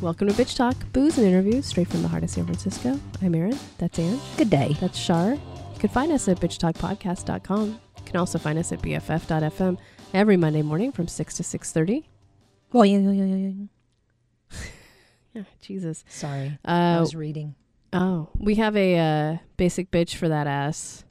Welcome to Bitch Talk, booze and interviews straight from the heart of San Francisco. I'm Erin. That's Ange. Good day. That's Shar. You can find us at bitchtalkpodcast.com. You can also find us at bff.fm every Monday morning from 6 to 6.30. Oh, yeah, yeah, yeah, yeah, yeah. Yeah, Jesus. Sorry. I Uh, was reading. oh, we have a uh, basic bitch for that ass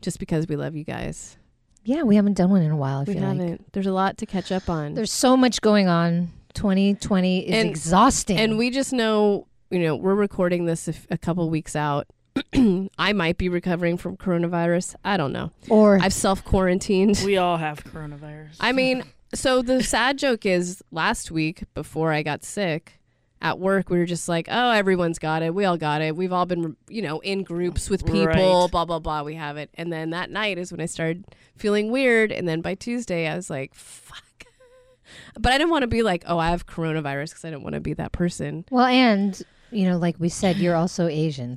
just because we love you guys. Yeah, we haven't done one in a while, I we feel like. haven't. There's a lot to catch up on. There's so much going on. 2020 is And- exhausting. And we just know, you know, we're recording this a, f- a couple weeks out. I might be recovering from coronavirus. I don't know. or I've self quarantined. We all have coronavirus. I mean, so the sad joke is last week before I got sick at work, we were just like, oh, everyone's got it. We all got it. We've all been, you know, in groups with people, Right. blah, blah, blah. We have it. And then that night is when I started feeling weird. And then by Tuesday, I was like, fuck. But I didn't want to be like, oh, I have coronavirus because I didn't want to be that person. well, and you know, like we said, you're also Asian,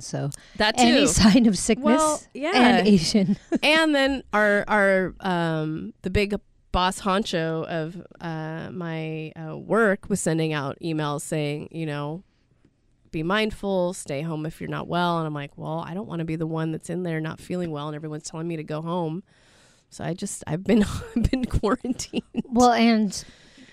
so That too. any sign of sickness Well, yeah. and Asian. and then our our um the big boss honcho of uh my uh, work was sending out emails saying you know be mindful stay home if you're not well and i'm like well i don't want to be the one that's in there not feeling well and everyone's telling me to go home so i just i've been i've been quarantined well, and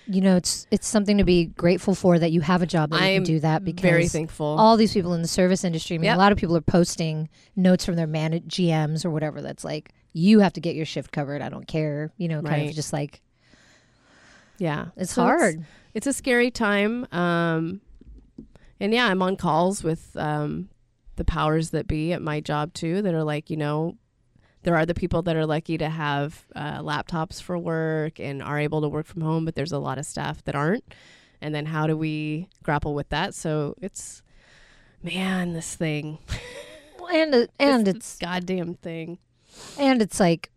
you know, it's it's something to be grateful for that you have a job that you I'm can do that because very thankful all these people in the service industry. I mean, Yep. a lot of people are posting notes from their man GMs or whatever. That's like you have to get your shift covered. I don't care. You know, kind Right. of just like yeah it's So hard. it's a scary time. Um, and yeah, I'm on calls with um, the powers that be at my job too that are like, you know, there are the people that are lucky to have uh, laptops for work and are able to work from home, but there's a lot of staff that aren't. And then how do we grapple with that? So it's, man, this thing, Well, and uh, and This it's goddamn thing. and it's like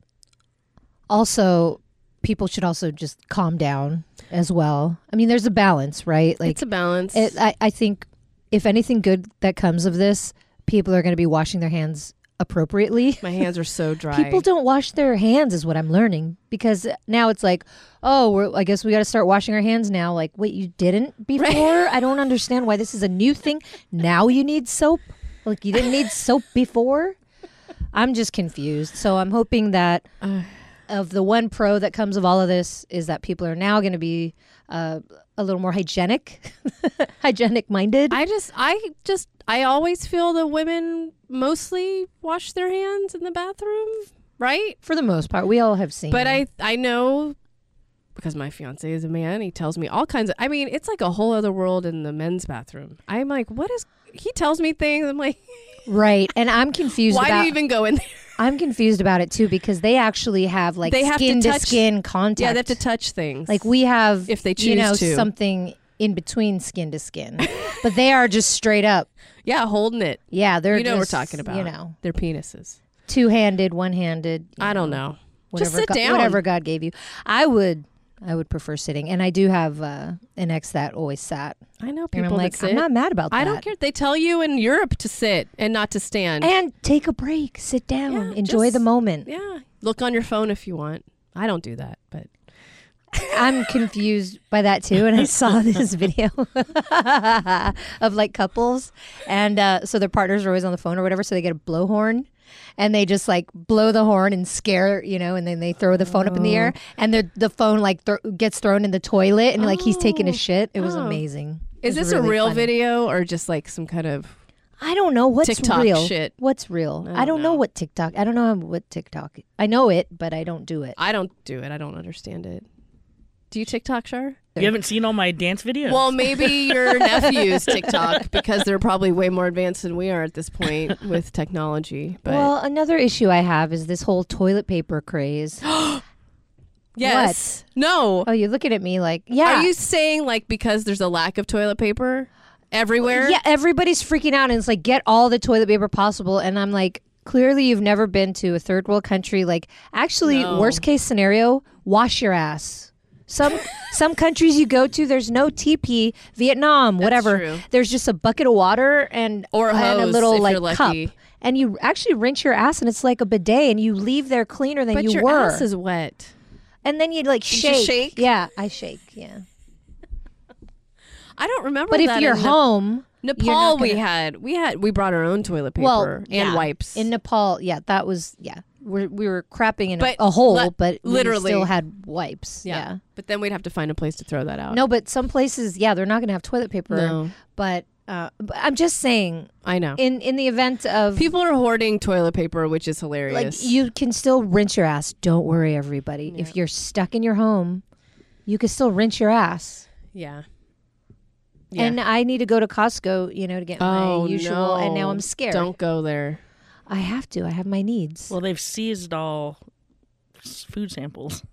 also people should also just calm down as well. I mean, there's a balance, right? Like it's a balance. It, uh, I, I think if anything good that comes of this, people are going to be washing their hands appropriately. my hands are so dry. People don't wash their hands, is what I'm learning, because now it's like, oh, we're, I guess we got to start washing our hands now. Like, wait, you didn't before? I don't understand why this is a new thing. Now you need soap? Like, you didn't need soap before? I'm just confused. So I'm hoping that Ugh. of the one pro that comes of all of this is that people are now going to be uh, a little more hygienic, hygienic minded. I just, I just, I always feel that women mostly wash their hands in the bathroom, right? For the most part, we all have seen. But I, I know because my fiance is a man. He tells me all kinds of. I mean, it's like a whole other world in the men's bathroom. I'm like, what is? He tells me things. I'm like, right, and I'm confused. why about, do you even go in there? I'm confused about it too because they actually have like They have to skin touch- to skin contact. Yeah, they have to touch things. like we have If they you choose know to. something in between skin to skin, but they are just straight up. yeah, holding it. Yeah, they're You know what we're just, talking about. You know, Their penises. two handed, one handed. I don't know. whatever Just sit God, down. whatever God gave you. I would I would prefer sitting, and I do have uh, an ex that always sat, I know and people I'm like that sit. I'm not mad about that. I don't care. They tell you in Europe to sit and not to stand. And take a break, sit down, Yeah, enjoy the just- moment. Yeah. Look on your phone if you want. I don't do that, but I'm confused by that too. And I saw this video of like couples, and uh, so their partners are always on the phone or whatever. So they get a blowhorn, and they just like blow the horn and scare you know, and then they throw the phone up in the air, Oh. and the the phone like thro- gets thrown in the toilet, and like he's taking a Oh. shit. It was Oh. amazing. It is was this a really real funny. video or just like some kind of I don't know what's TikTok real. shit? What's real? I I don't, don't know. know. what TikTok. I don't know what TikTok. I know it, but I don't do it. I don't do it. I don't understand it. Do you TikTok, Shar? you haven't seen all my dance videos. Well, maybe your nephews TikTok because they're probably way more advanced than we are at this point with technology. But well, another issue I have is this whole toilet paper craze. yes, no. Oh, you're looking at me like, yeah. Are you saying like because there's a lack of toilet paper everywhere? Yeah, everybody's freaking out and it's like, get all the toilet paper possible. And I'm like, clearly you've never been to a third world country. Like, actually, No. worst case scenario, wash your ass. Some some countries you go to, there's no teepee, Vietnam, whatever. true. There's just a bucket of water and Or a and a hose, little if like you're lucky. cup, and you actually rinse your ass, and it's like a bidet, and you leave there cleaner than but you your were. ass is wet. and then you like You shake. just shake? Yeah, I shake. Yeah. I don't remember. But if that you're in Nep- home, Nepal, not we gonna- had we had we brought our own toilet paper well, and yeah. wipes. in Nepal. Yeah, that was yeah. We're, we were crapping in a- But a hole, le- but literally. we still had wipes. yeah. Yeah. but then we'd have to find a place to throw that out. No, but some places, yeah, they're not going to have toilet paper. No. But, uh, but I'm just saying, I know. in in the event of People are hoarding toilet paper, which is hilarious. Like you can still rinse your ass. Don't worry, everybody. If you're stuck in your home, you can still rinse your ass. yeah. Yeah. And I need to go to Costco, you know, to get oh my usual. no. And now I'm scared. Don't go there. I have to. I have my needs. Well, they've seized all s- food samples.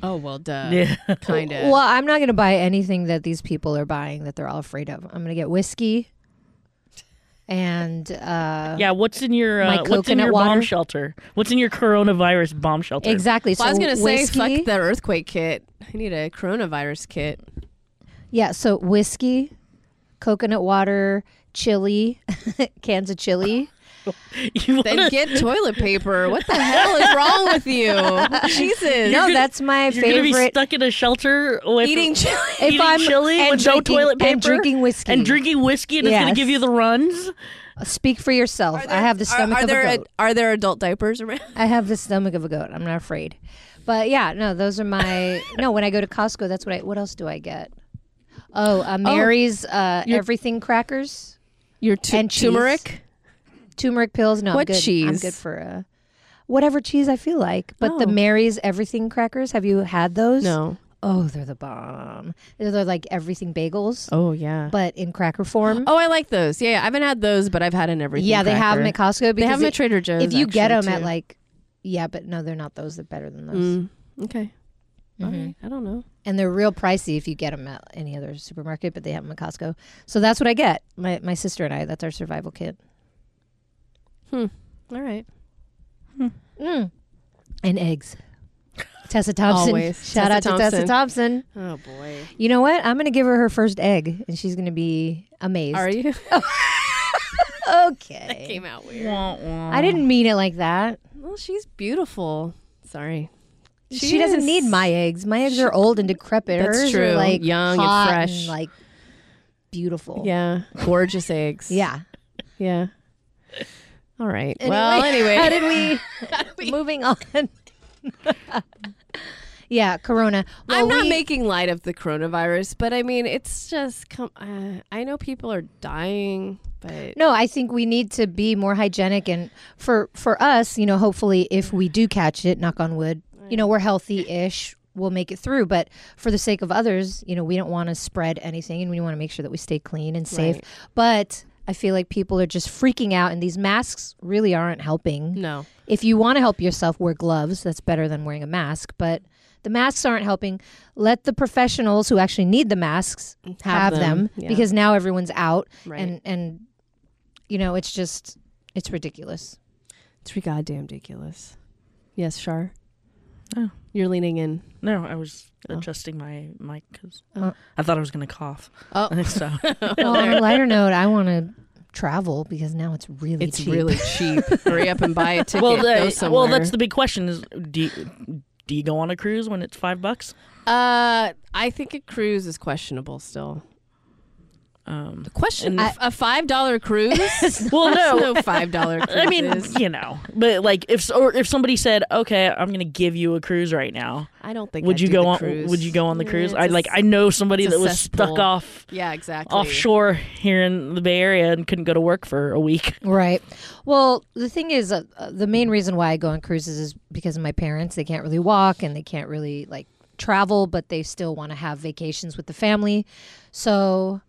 Oh well, duh. yeah. Kind of. Well, I'm not going to buy anything that these people are buying that they're all afraid of. I'm going to get whiskey and uh, Yeah. What's in your My uh, What's in coconut your bomb water? shelter? What's in your coronavirus bomb shelter? exactly. Well, I so was gonna say, whiskey, fuck that earthquake kit. I need a coronavirus kit. Yeah, so whiskey, coconut water, chili, cans of chili. You Then wanna- get toilet paper. What the hell is wrong with you? Jesus. No, gonna- that's my You're gonna be favorite. stuck in a shelter away Eating from, chili. If eating I'm- chili and with drinking- no toilet paper and drinking whiskey. and drinking whiskey, and it's gonna Yes. give you the runs. Speak for yourself. I have the stomach are, of there a goat. are there adult diapers around? I have the stomach of a goat. I'm not afraid. But yeah, no, those are my no. When I go to Costco, that's what I. What else do I get? Oh, uh, Mary's uh, everything crackers, Your tu- And cheese. turmeric. turmeric pills. No, I'm What good. I'm cheese? good for uh, whatever cheese I feel like. But the Oh. Mary's everything crackers. Have you had those? No. Oh, they're the bomb. They're like everything bagels, Oh yeah. but in cracker form. Oh, I like those. Yeah, yeah, I haven't had those, but I've had an everything. Mm-hmm. yeah, they have cracker. them at Costco. Because They have them it- at Trader Joe's. if you get them actually, at too. like yeah but no they're not those they're better than those Mm, okay. All Mhm. right. I don't know. and they're real pricey if you get them at any other supermarket but they have them at costco so that's what i get my, my sister and i that's our survival kit All right. mm. and eggs tessa thompson Always. shout Tessa out to tessa Thompson. thompson Oh boy. you know what i'm gonna give her her first egg and she's gonna be amazed Are you? okay Came out weird. Wah, wah. i didn't mean it like that Well, she's beautiful. Sorry. she, doesn't is- need my eggs my eggs are old and decrepit That's hers true. are like Young and hot fresh. like beautiful Yeah. Gorgeous eggs. yeah Yeah. All right. Anyway, well, anyway. how did we? moving on. yeah, Corona. Well, I'm not we- making light of the coronavirus, but I mean, it's just come. Uh, I know people are dying, but No, I think we need to be more hygienic, and for for us, you know, hopefully, if we do catch it, knock on wood, you know, we're healthy-ish. We'll make it through, but for the sake of others, you know, we don't want to spread anything, and we want to make sure that we stay clean and safe. Right. But I feel like people are just freaking out, and these masks really aren't helping. no. If you want to help yourself, wear gloves. That's better than wearing a mask. But the masks aren't helping. Let the professionals who actually need the masks have, them, them, yeah. because now everyone's out, Right. and and you know it's just it's ridiculous. It's re- goddamn ridiculous. Yes, Shar. Oh. You're leaning in. No, I was Oh. adjusting my mic because Oh. I thought I was gonna cough. Oh. I think so. Well, on a lighter note, I want to travel because now it's really It's cheap. really cheap. Hurry up and buy a ticket. well, go the, somewhere. well, that's the big question: is do you, do you go on a cruise when it's five bucks? Uh, I think a cruise is questionable still. Um, Question: I- a five dollar cruise? well, no, no five dollar. I mean, you know, but like if or if somebody said, "Okay, I'm gonna give you a cruise right now," I don't think. would I'd you do go the on? Cruise. Would you go on the Yeah, cruise? it's I a like s- I know somebody it's a that was stuck cesspool. off yeah, exactly. offshore here in the Bay Area and couldn't go to work for a week. Right. Well, the thing is, uh, uh, the main reason why I go on cruises is because of my parents. They can't really walk and they can't really like travel, but they still want to have vacations with the family. So,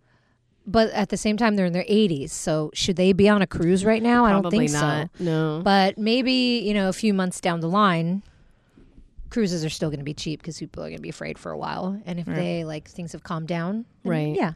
but at the same time, they're in their 80s. So, should they be on a cruise right now? I don't Probably think not. so. No. But maybe, you know, a few months down the line, cruises are still going to be cheap because people are going to be afraid for a while. And if they like things have calmed down, then Right. Yeah.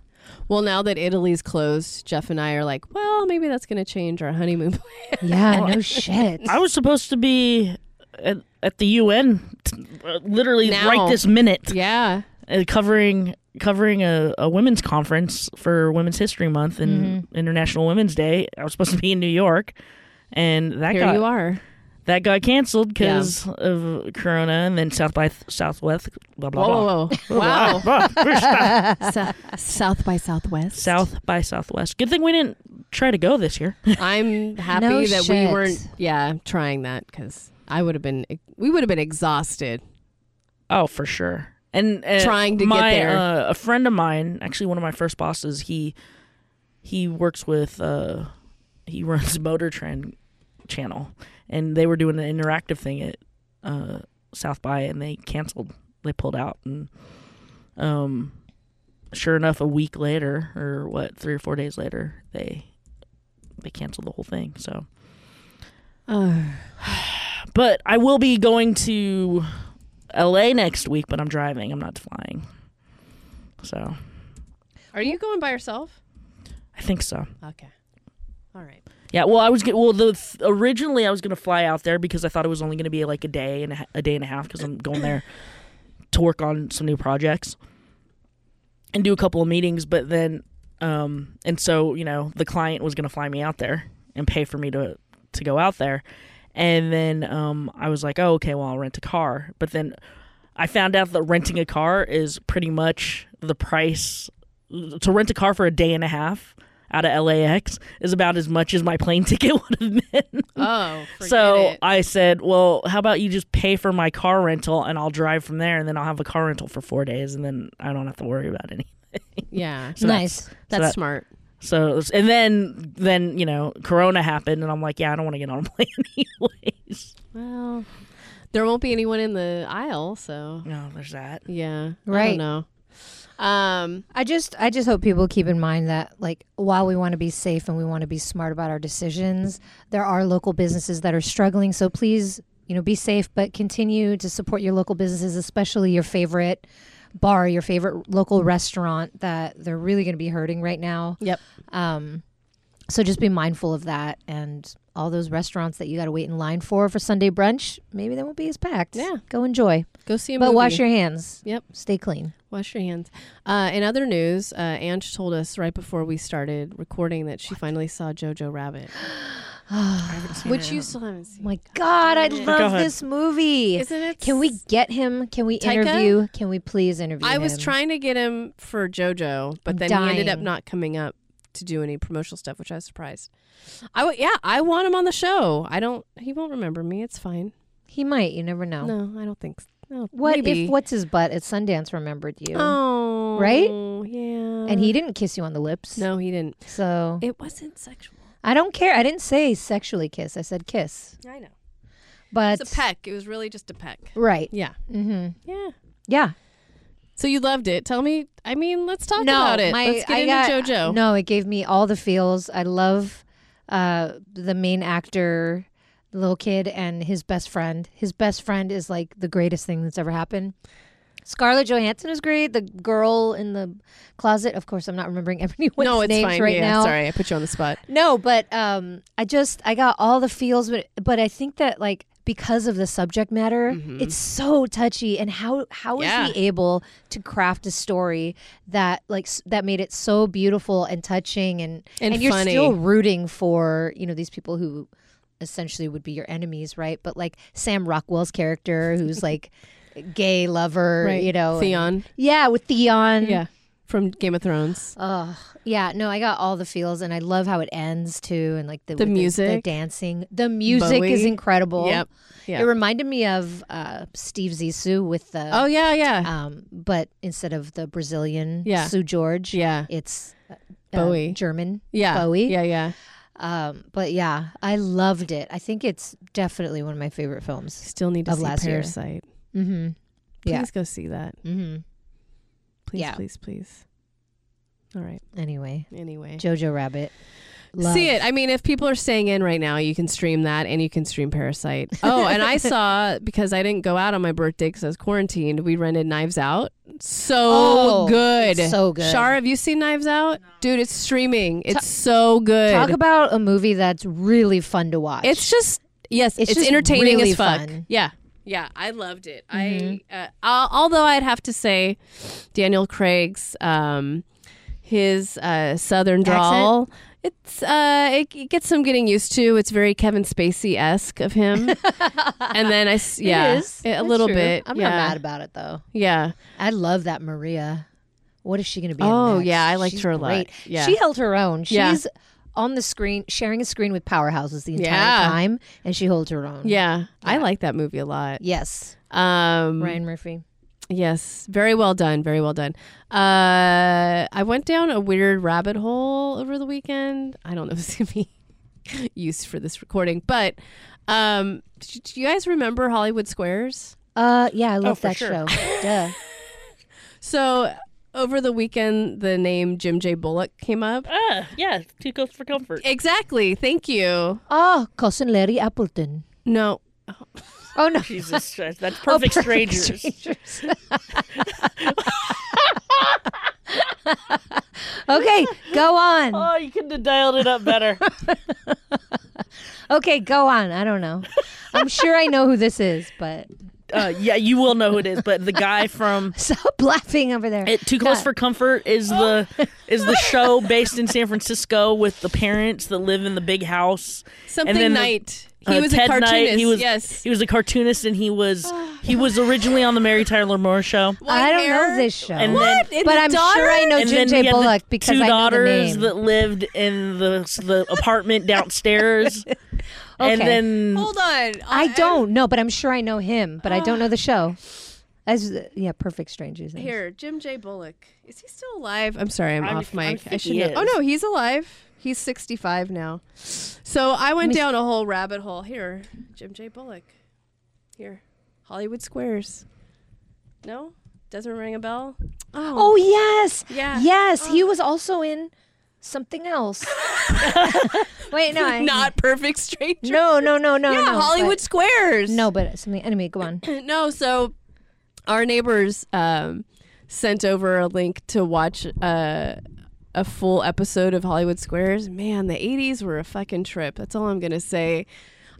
well, now that Italy's closed, Jeff and I are like, well, maybe that's going to change our honeymoon. plan. Yeah. no shit. I was supposed to be at, at the UN, t- uh, literally Now. right this minute, yeah. uh, covering covering a, a women's conference for Women's History Month Mm-hmm. and International Women's Day. I was supposed to be in New York, and that Here got you are. that got canceled because of Corona, and then South by Southwest. Blah blah blah. Whoa, whoa, whoa. wow. So- South by Southwest. South by Southwest. Good thing we didn't try to go this year. I'm happy No that shit. we weren't, yeah, trying that because I would have been, e, we would have been exhausted. oh, for sure. And uh, Trying to get my, there. Uh, a friend of mine, actually one of my first bosses, he he works with uh, he runs Motor Trend channel, and they were doing an interactive thing at uh, South by, and they canceled. They pulled out, and um, sure enough, a week later, or what, three or four days later, they they canceled the whole thing. So. Oh. But I will be going to LA next week, but I'm driving. I'm not flying. So Are you going by yourself? I think so. Okay. All right. Yeah. Well, I was get, well. The th- originally I was gonna fly out there because I thought it was only gonna be like a day and a, ha- a day and a half because I'm going there to work on some new projects and do a couple of meetings. But then, um, and so you know, the client was gonna fly me out there and pay for me to to go out there. And then um, I was like, oh, okay, well, I'll rent a car. But then I found out that renting a car is pretty much the price to rent a car for a day and a half out of LAX is about as much as my plane ticket would have been. Oh, so forget it. I said, well, how about you just pay for my car rental and I'll drive from there and then I'll have a car rental for four days and then I don't have to worry about any. yeah, So nice. that's that- smart. So and then then you know Corona happened and I'm like, yeah, I don't want to get on a plane anyways. Well, there won't be anyone in the aisle, so No, there's that. yeah, I don't Right. know. Um, I just I just hope people keep in mind that like while we want to be safe and we want to be smart about our decisions, there are local businesses that are struggling. So please, you know, be safe but continue to support your local businesses, especially your favorite bar, your favorite local restaurant that they're really going to be hurting right now. Yep. Um so just be mindful of that and all those restaurants that you got to wait in line for for Sunday brunch, maybe they won't be as packed. Yeah. Go enjoy. go see a But movie. wash your hands. Yep. Stay clean. wash your hands. Uh, in other news, uh, Ange told us right before we started recording that she finally saw Jojo Rabbit, which you still haven't seen. Oh My God, I Go love ahead. this movie. Isn't it? Can we get him? Can we Taika? interview? Can we please interview? I was him? trying to get him for JoJo, but I'm then he ended up dying. not coming up to do any promotional stuff, which I was surprised. I w- yeah, I want him on the show. I don't. He won't remember me. It's fine. He might. You never know. No, I don't think. So. No, What maybe. if what's his butt at Sundance remembered you, Oh, Right? Yeah. and he didn't kiss you on the lips? Um, No, he didn't. So It wasn't sexual. I don't care. I didn't say sexually kiss. I said kiss. I know. But It's a peck. It was really just a peck. right. Yeah. Mm-hmm. Yeah. Yeah. So you loved it. Tell me. I mean, let's talk no, about it. my- let's get I into got- JoJo. No, it gave me all the feels. I love uh, the main actor, the little kid, and his best friend. His best friend is like the greatest thing that's ever happened. Scarlett Johansson is great. The girl in the closet. Of course, I'm not remembering everyone's No, it's names fine. right yeah, now. sorry, I put you on the spot. No, but um, I just I got all the feels, but but I think that like because of the subject matter, it's so touchy. And how how was Mm-hmm. Yeah. he able to craft a story that like s- that made it so beautiful and touching, and And you're funny. still rooting for you know these people who essentially would be your enemies, right? But like Sam Rockwell's character, who's like gay lover, you know, and- Theon. yeah, with Theon, Yeah, from Game of Thrones. Oh yeah, no, I got all the feels, and I love how it ends too, and like the The with the, music. dancing, the music is Bowie. incredible. Yep. Yeah. It reminded me of uh, Steve Zissou with the, oh yeah, yeah, um, but instead of the Brazilian Yeah. Sue George, yeah, it's uh, Bowie. German yeah, Bowie. yeah, yeah. Um, but yeah, I loved it. I think it's definitely one of my favorite films. Still need to Of see last year. Parasite. Mm-hmm. Please Yeah. go see that. Mm-hmm. Please, Yeah. please, please. All right. Anyway, Anyway. Jojo Rabbit. Love. See it. I mean, if people are staying in right now, you can stream that and you can stream Parasite. Oh, and I saw because I didn't go out on my birthday because I was quarantined. We rented Knives Out. So Oh, good, it's so good. Shar, have you seen Knives Out? Dude, it's streaming. It's so good. Talk about a movie that's really fun to watch. it's just yes, It's it's, just entertaining really as fuck. fun. Mm-hmm. Yeah, yeah, I loved it. I uh, al- although I'd have to say, Daniel Craig's um, his uh, southern drawl. It's uh, it, it gets some getting used to. It's very Kevin Spacey esque of him, and then I s- yeah, is. a That's little true. bit. I'm yeah. not mad about it though. Yeah, I love that Maria. What is she going to be? Oh, in next? yeah, I liked She's her a lot. great. Yeah. she held her own. She's Yeah. on the screen, sharing a screen with powerhouses the entire Yeah. time, and she holds her own. yeah, I like that movie a lot. Yes, Um, Ryan Murphy. Yes, very well done. Very well done. Uh, I went down a weird rabbit hole over the weekend. I don't know if it's gonna be used for this recording, but um, do do you guys remember Hollywood Squares? Uh, yeah, I Oh, love for that sure. show. Duh. So over the weekend, the name Jim J. Bullock came up. Ah, yeah, two goes for comfort. Exactly. Thank you. Oh, cousin Larry Appleton. No, Oh no, Jesus, that's perfect, Oh, Perfect strangers. Strangers. okay, go on. Oh, you could have dialed it up better. Okay, go on. I don't know. I'm sure I know who this is, but uh, yeah, you will know who it is, but the guy from stop laughing over there. it, Too Close for Comfort is the Oh. is the show based in San Francisco with the parents that live in the big house. something then the- Knight. he Uh, was Ted a cartoonist. Knight, he was yes. he was a cartoonist, and he was he was originally on the Mary Tyler Moore show. White I don't know hair. this show. And then- What? And but the I'm daughter? sure I know Jim we J. had the Bullock because two I know the daughters name. that lived in the the apartment downstairs, and Okay. then Hold on. I don't know, but I'm sure I know him, but I don't know the show. As yeah, Perfect Strangers. is. Here, Jim J. Bullock. Is he still alive? I'm sorry, I'm, I'm- off I'm mic. think I he should. know. is. Oh no, he's alive. He's 65 now. So I went me s- down a whole rabbit hole. Here, Jim J. Bullock. Here, Hollywood Squares. No, doesn't ring a bell. Oh yes, Yeah. Uh. yes. He was also in something else. Wait, no, I, not perfect stranger. No, no, no, no. yeah, no, Hollywood But, Squares. no, but something. Anyway, go on. no, so our neighbors um, sent over a link to watch uh, a full episode of Hollywood Squares. Man, the 80s were a fucking trip. That's all I'm going to say.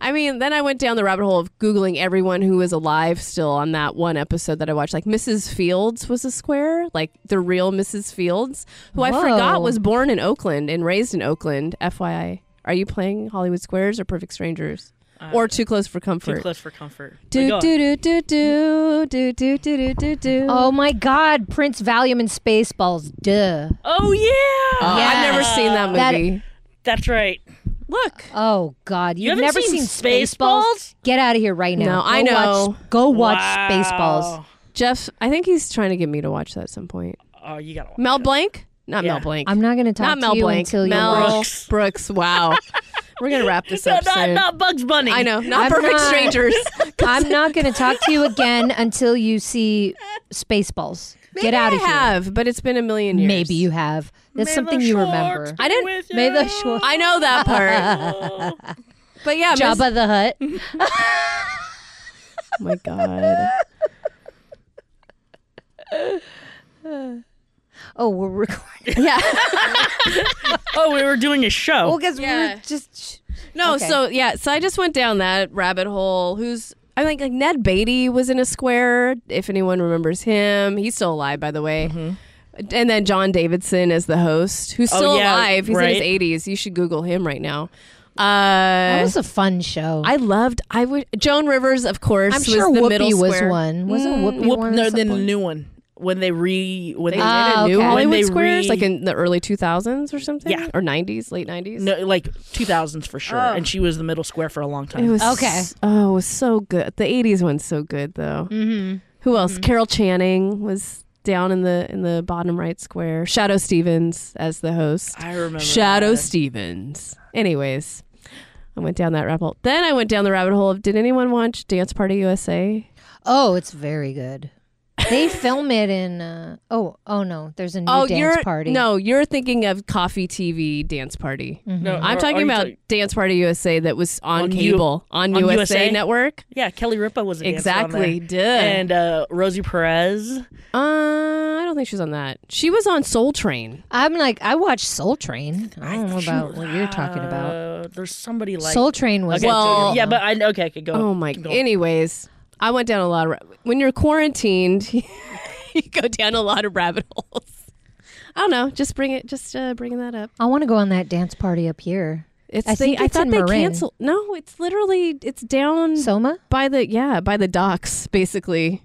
I mean, then I went down the rabbit hole of Googling everyone who was alive still on that one episode that I watched. Like, Mrs. Fields was a square, like the real Mrs. Fields, who I Whoa. forgot was born in Oakland and raised in Oakland. FYI. Are you playing Hollywood Squares or Perfect Strangers? or Too Close for Comfort? Too Close for Comfort. Do Like, oh, do do do do do do do do do do. Oh my God, Prince Valium and Spaceballs. Duh. oh yeah, Oh, I've never Yes. seen that That- movie. That's right. Look, Oh God, you've haven't never seen seen, Spaceballs? Spaceballs? Get out of here right now. No, I Go know. Watch, go watch Wow. Spaceballs. Jeff. I think he's trying to get me to watch that at some point. Oh, you gotta watch Mel it. Blank, not Mel Yeah. Blank. I'm not going to talk not to Mel you Blank. until you Mel watch. Brooks. Brooks. Wow. We're gonna wrap this No, up not, soon. not Bugs Bunny. I know. Not I'm perfect not- strangers. I'm not going to talk to you again until you see Spaceballs. Get out of I here. have, but it's been a million years. Maybe you have. That's May the something you sharks remember. be I didn't- with May the you. shark- I know that part. Oh. but yeah, Miss- Mm-hmm. Jabba the Hutt. Oh my God. Oh, we're recording. Yeah. Oh, we were doing a Well, show. because we Yeah. were just. No, Okay. so yeah, so I just went down that rabbit hole. Who's I think like Ned Beatty was in a square. If anyone remembers him, he's still alive, by the way. Mm-hmm. And then John Davidson as the host, who's Oh, still yeah, alive. He's in his right. eighties. You should Google him right now. That Uh, was a fun show. I loved. I would Joan Rivers, of course. I'm was sure the Whoopi middle was square. Mm. one. Wasn't Whoopi Whoop, one? or no, then the something? new one when they re when They they did Ah, a new okay. Hollywood When they Squares, re- like in the early two thousands or something, Yeah. or nineties, late nineties. no, like 2000s for sure, Oh. and she was the middle square for a long It time. was Okay. Oh, it was so good. The '80s one's so good though. Mm-hmm. Who else? Carol Channing was down in the in the bottom right square. Shadow Stevens as the host. I remember Shadow that. Stevens. Anyways, I went down that rabbit hole. Then I went down the rabbit hole of Did anyone watch Dance Party USA? Oh, it's very good. They film it in. Uh, oh, oh no, there's a new dance you're party. no, you're thinking of Coffee TV Dance Party. No, I'm or- talking are you about Dance Party USA that was on, On U- cable on, on USA, USA? Network. yeah, Kelly Ripa was a dancer on Exactly. there. Duh. and uh, Rosie Perez. Uh, I don't think she was on that. She was on Soul Train. I'm like I watched Soul Train. I don't know about what you're talking about. Uh, there's somebody like Soul Train was Okay, Well- yeah, but I okay, okay, go. Oh my. keep going. Anyways, I went down a lot of. Ra- when you're quarantined, you go down a lot of rabbit holes. I don't know. Just bring it. Just uh, bringing that up. I want to go on that dance party up here. It's I the, think I it's thought in they Marin. canceled. No, it's literally it's down Soma, by the yeah by the docks basically.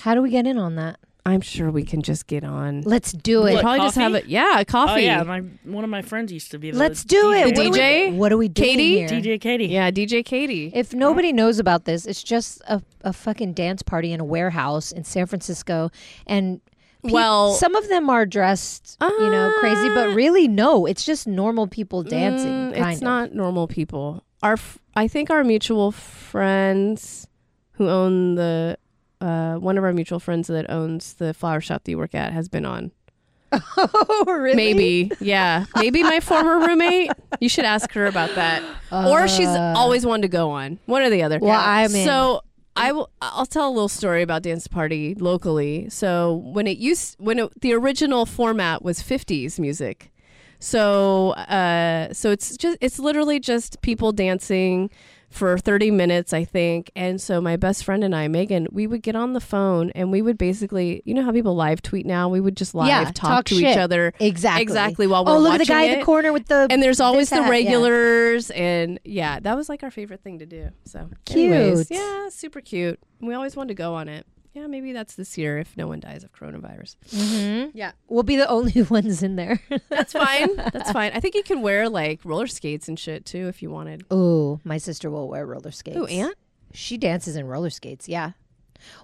how do we get in on that? I'm sure we can just get on. Let's do it. We What, probably just have coffee? it. Yeah, coffee. Oh yeah, my one of my friends used to be. The Let's do it. The What are we- DJ? What are we doing Katie? here? DJ Katie. yeah, DJ Katie. If nobody knows about this, it's just a, a fucking dance party in a warehouse in San Francisco, and peop- Well- some of them are dressed, you know, crazy, Uh, but really, no, it's just normal people dancing. Mm, kind it's of. not normal people. Our f- I think our mutual friends who own the uh, one of our mutual friends that owns the flower shop that you work at has been on. oh, really? Maybe, yeah, maybe my former roommate. You should ask her about that, or she's Uh. always wanted to go on one or the other. Well, I'm in. So I will. I'll tell a little story about dance party locally. So when it used, when it, the original format was '50s music, so uh, so it's just it's literally just people dancing for 30 minutes, I think. And so my best friend and I, Megan, we would get on the phone and we would basically, you know how people live tweet now, we would just live Yeah, talk, talk to each shit. other exactly. exactly while we're oh, look at watching the guy it. in the corner with the and there's always this, the that, yeah. regulars and yeah that was like our favorite thing to do so anyways, Cute. yeah super cute we always wanted to go on it yeah maybe that's this year if no one dies of coronavirus Mhm. yeah We'll be the only ones in there. that's fine that's fine i think you can wear like roller skates and shit too if you wanted Ooh, my sister will wear roller skates. Ooh, aunt She dances in roller skates. Yeah.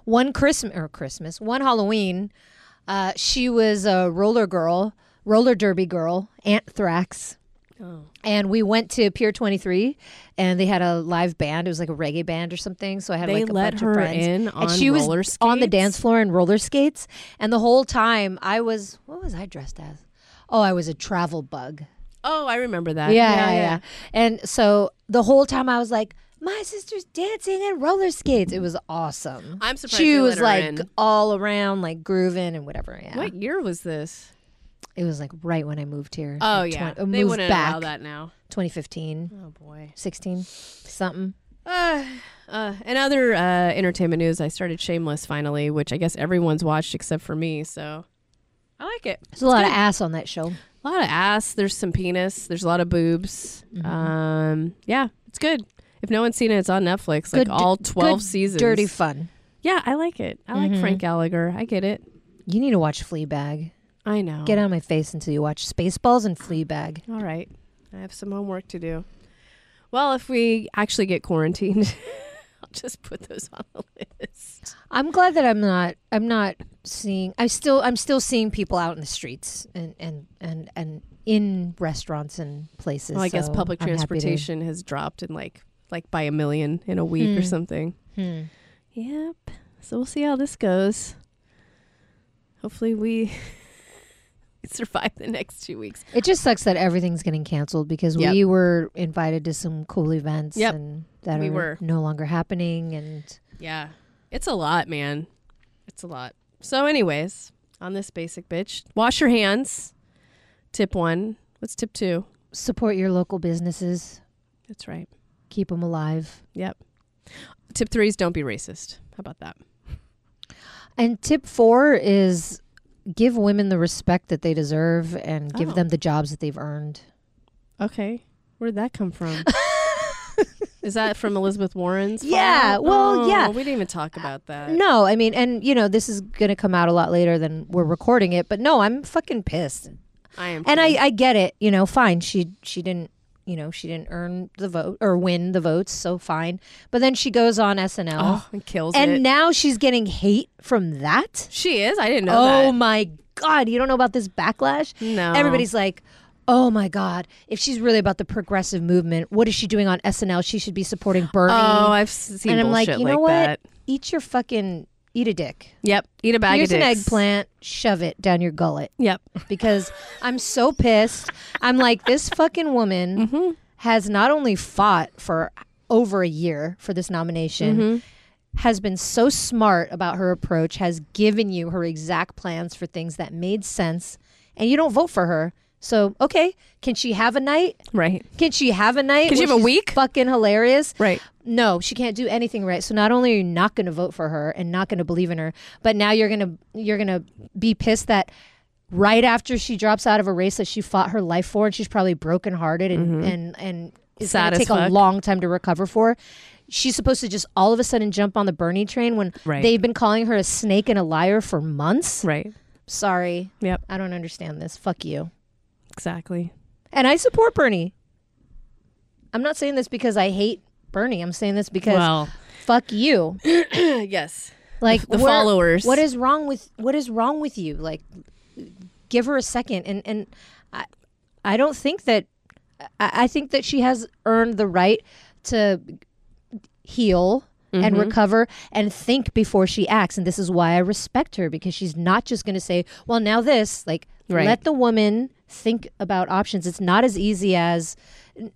One Christmas or Christmas, one Halloween, uh, she was a roller girl, roller derby girl, Aunt Thrax. oh And we went to Pier 23 and they had a live band. It was like a reggae band or something. So I had they like a let bunch her of friends. in on and she was roller on the skates? dance floor in roller skates. And the whole time I was, what was I dressed as? Oh, I was a travel bug. oh i remember that Yeah, yeah, yeah, And so the whole time I was like, my sister's dancing and roller skates. It was awesome. i'm surprised she they was let like uh, her in. all around, like grooving and whatever. Yeah, what year was this it was like right when I moved here. oh Like, yeah twen- uh, they moved wouldn't back, allow that now 2015, oh boy 16, something. Uh, uh, and other uh, entertainment news, I started Shameless finally, which I guess everyone's watched except for me. So I like it. There's a lot of ass on that show. A lot of ass. There's some penis. There's a lot of boobs. Mm-hmm. Um, yeah, it's good. If no one's seen it, it's on Netflix. Like Good- all twelve good seasons. Dirty Mm-hmm. fun. yeah, I like it. I like Frank Gallagher. I get it. You need to watch Fleabag. I know. Get out of my face until you watch Spaceballs and Fleabag. All right. I have some homework to do. Well, if we actually get quarantined, I'll just put those on the list. I'm glad that I'm not. I'm not seeing. I still. I'm still seeing people out in the streets and and and and in restaurants and places. Well, I guess so public I'm happy to- transportation has dropped in like like by a million in a week or Hmm. something. Hmm. Yep. So we'll see how this goes. Hopefully we survive the next two weeks. It just sucks that everything's getting canceled because Yep. we were invited to some cool events Yep. and that We are were. no longer happening. And Yeah. It's a lot, man. It's a lot. So anyways, on this basic bitch, wash your hands. Tip 1. What's tip 2? support your local businesses. That's right. Keep them alive. Yep. Tip 3 is don't be racist. How about that? And tip four is give women the respect that they deserve and give Oh. them the jobs that they've earned. Okay. Where did that come from? Is that from Elizabeth Warren's? Yeah, file? well, Oh, yeah. Uh, We didn't even talk about that. No, I mean, and you know, this is going to come out a lot later than we're recording it, but no, I'm fucking pissed. I am. And I, too. I get it, you know, fine. She, she didn't, you know, she didn't earn the vote or win the votes, so fine. But then she goes on SNL oh, it kills and it. now she's getting hate from that. she is. I didn't know Oh that. my God, you don't know about this backlash? No. Everybody's like, oh my God, if she's really about the progressive movement, what is she doing on SNL? She should be supporting Bernie. Oh, I've s- seen and I'm like, bullshit you know what? that. Eat your fucking, eat a dick. Yep. Eat a bag Here's of an dicks. eggplant. Shove it down your gullet Yep. because I'm so pissed. I'm like, this fucking woman Mm-hmm. has not only fought for over a year for this nomination, Mm-hmm. has been so smart about her approach, has given you her exact plans for things that made sense, and you don't vote for her. So, okay, can she have a night? Right. Can she have a night? Can she where have a she's week? Fucking hilarious. Right. No, she can't do anything right. So not only are you not going to vote for her and not going to believe in her, but now you're going to you're going to be pissed that right after she drops out of a race that she fought her life for, and she's probably brokenhearted and and and it's Mm-hmm. Sad gonna as take a fuck. long time to recover for. She's supposed to just all of a sudden jump on the Bernie train when Right. they've been calling her a snake and a liar for months. Right. Sorry, Yep. I don't understand this. Fuck you. Exactly. And I support Bernie. I'm not saying this because I hate Bernie. I'm saying this because Well, fuck you. Uh, yes. Like The where- followers. What is wrong with what is wrong with you? Like, give her a second. And and I, I don't think that. I, I think that she has earned the right to heal and recover and think before she acts. And this is why I respect her because she's not just going to say, "Well, now this." Like, Right. let the woman think about options. It's not as easy as.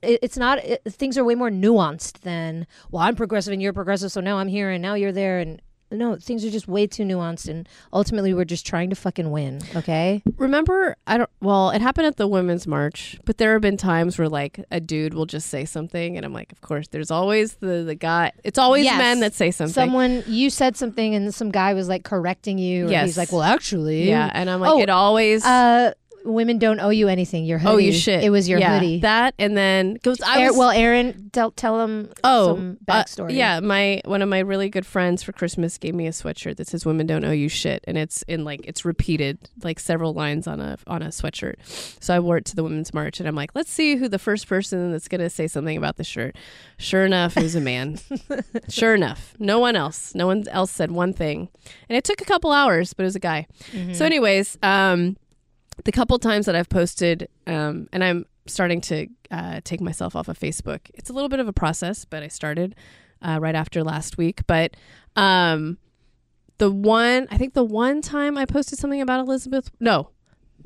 it- It's not. It, things are way more nuanced than. Well, I'm progressive and you're progressive, so now I'm here and now you're there and. No, things are just way too nuanced, and ultimately, we're just trying to fucking win. Okay, Remember, I don't. Well, it happened at the women's march, but there have been times where like a dude will just say something, and I'm like, of course, there's always the the guy. It's always Yes. men that say something. someone you said something, and some guy was like correcting you. Or Yes. he's like, "Well, actually, yeah, and I'm like, Oh, it always. Uh, women don't owe you anything. Your hoodie. oh, you shit! It was your Yeah, hoodie. That and then because I Aaron- was well, Aaron, tell tell him oh some uh, backstory. yeah, my one of my really good friends for Christmas gave me a sweatshirt that says "Women don't owe you shit," and it's in like it's repeated like several lines on a on a sweatshirt. So I wore it to the women's march, and I'm like, let's see who the first person that's gonna say something about the shirt. Sure enough, it was a man. sure enough, no one else, no one else said one thing, and it took a couple hours, but it was a guy. Mm-hmm. So, anyways, um, the couple times that I've posted, um, and I'm starting to uh, take myself off of Facebook. It's a little bit of a process, but I started uh, right after last week. But um, the one, I think the one time I posted something about Elizabeth, no,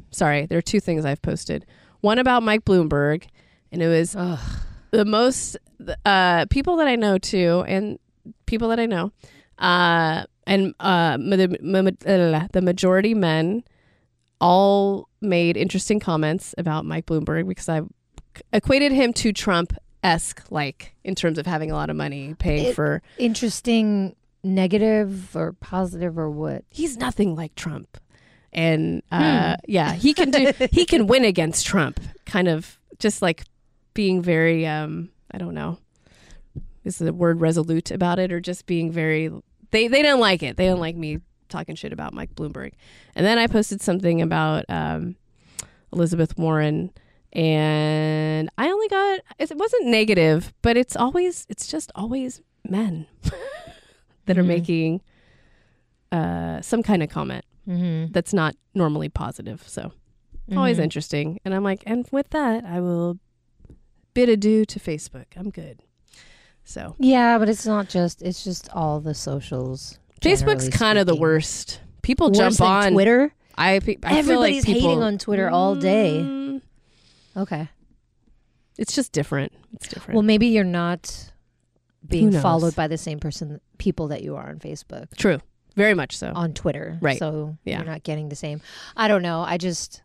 sorry, there are two things I've posted. One about Mike Bloomberg, and it was Ugh. the most uh, people that I know too, and people that I know, uh, and uh, ma- the, ma- ma- the majority men all made interesting comments about Mike Bloomberg because I equated him to Trump esque, like in terms of having a lot of money, paying It- for. Interesting, negative or positive or what? He's nothing like Trump, and Hmm. uh, yeah, he can do. he can win against Trump, kind of just like being very. Um, I don't know. Is the word resolute about it, or just being very? They they didn't like it. They didn't like me talking shit about Mike Bloomberg. And then I posted something about um, Elizabeth Warren, and I only got it wasn't negative, but it's always it's just always men that are Mhm. making uh, some kind of comment Mm-hmm. that's not normally positive. So always Mm. interesting. And I'm like, and with that, I will bid adieu to Facebook. I'm good. So Yeah, but it's not just. It's just all the socials. Facebook's kind of the worst. People jump on. Twitter. I, pe- I feel like Everybody's hating people- on Twitter all day. Mm, Okay. It's just different. It's different. Well, maybe you're not being knows? followed by the same person, people that you are on Facebook. True. Very much so. on Twitter. Right. So Yeah. you're not getting the same. I don't know. I just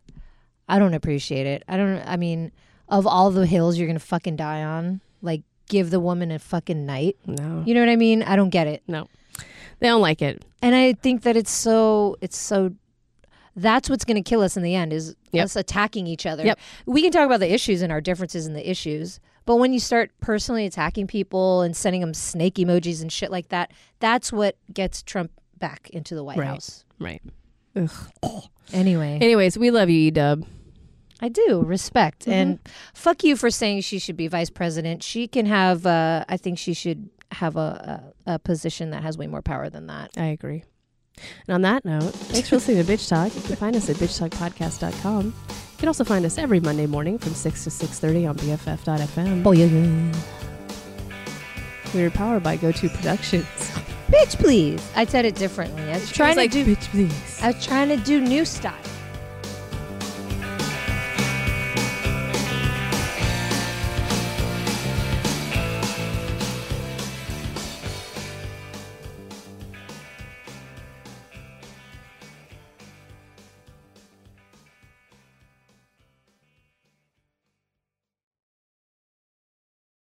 I don't appreciate it. I don't I mean, of all the hills you're gonna fucking die on, like give the woman a fucking night. No. You know what I mean? I don't get it. They don't like it. And I think that it's so it's so that's what's going to kill us in the end is Yep. us attacking each other. Yep. We can talk about the issues and our differences in the issues, but when you start personally attacking people and sending them snake emojis and shit like that, that's what gets Trump back into the White Right. House. Right. Anyway, Anyways, we love you, Edub. I do respect Mm-hmm. and fuck you for saying she should be vice president. She can have. Uh, I think she should have a, a a position that has way more power than that. I agree. And on that note, thanks for listening to Bitch Talk. You can find us at bitchtalkpodcast.com. You can also find us every Monday morning from 6 to 6.30 on BFF.fm. We are powered by GoTo Productions. Bitch, please. I said it differently. I was trying to do. bitch, please. I was trying to do new stuff.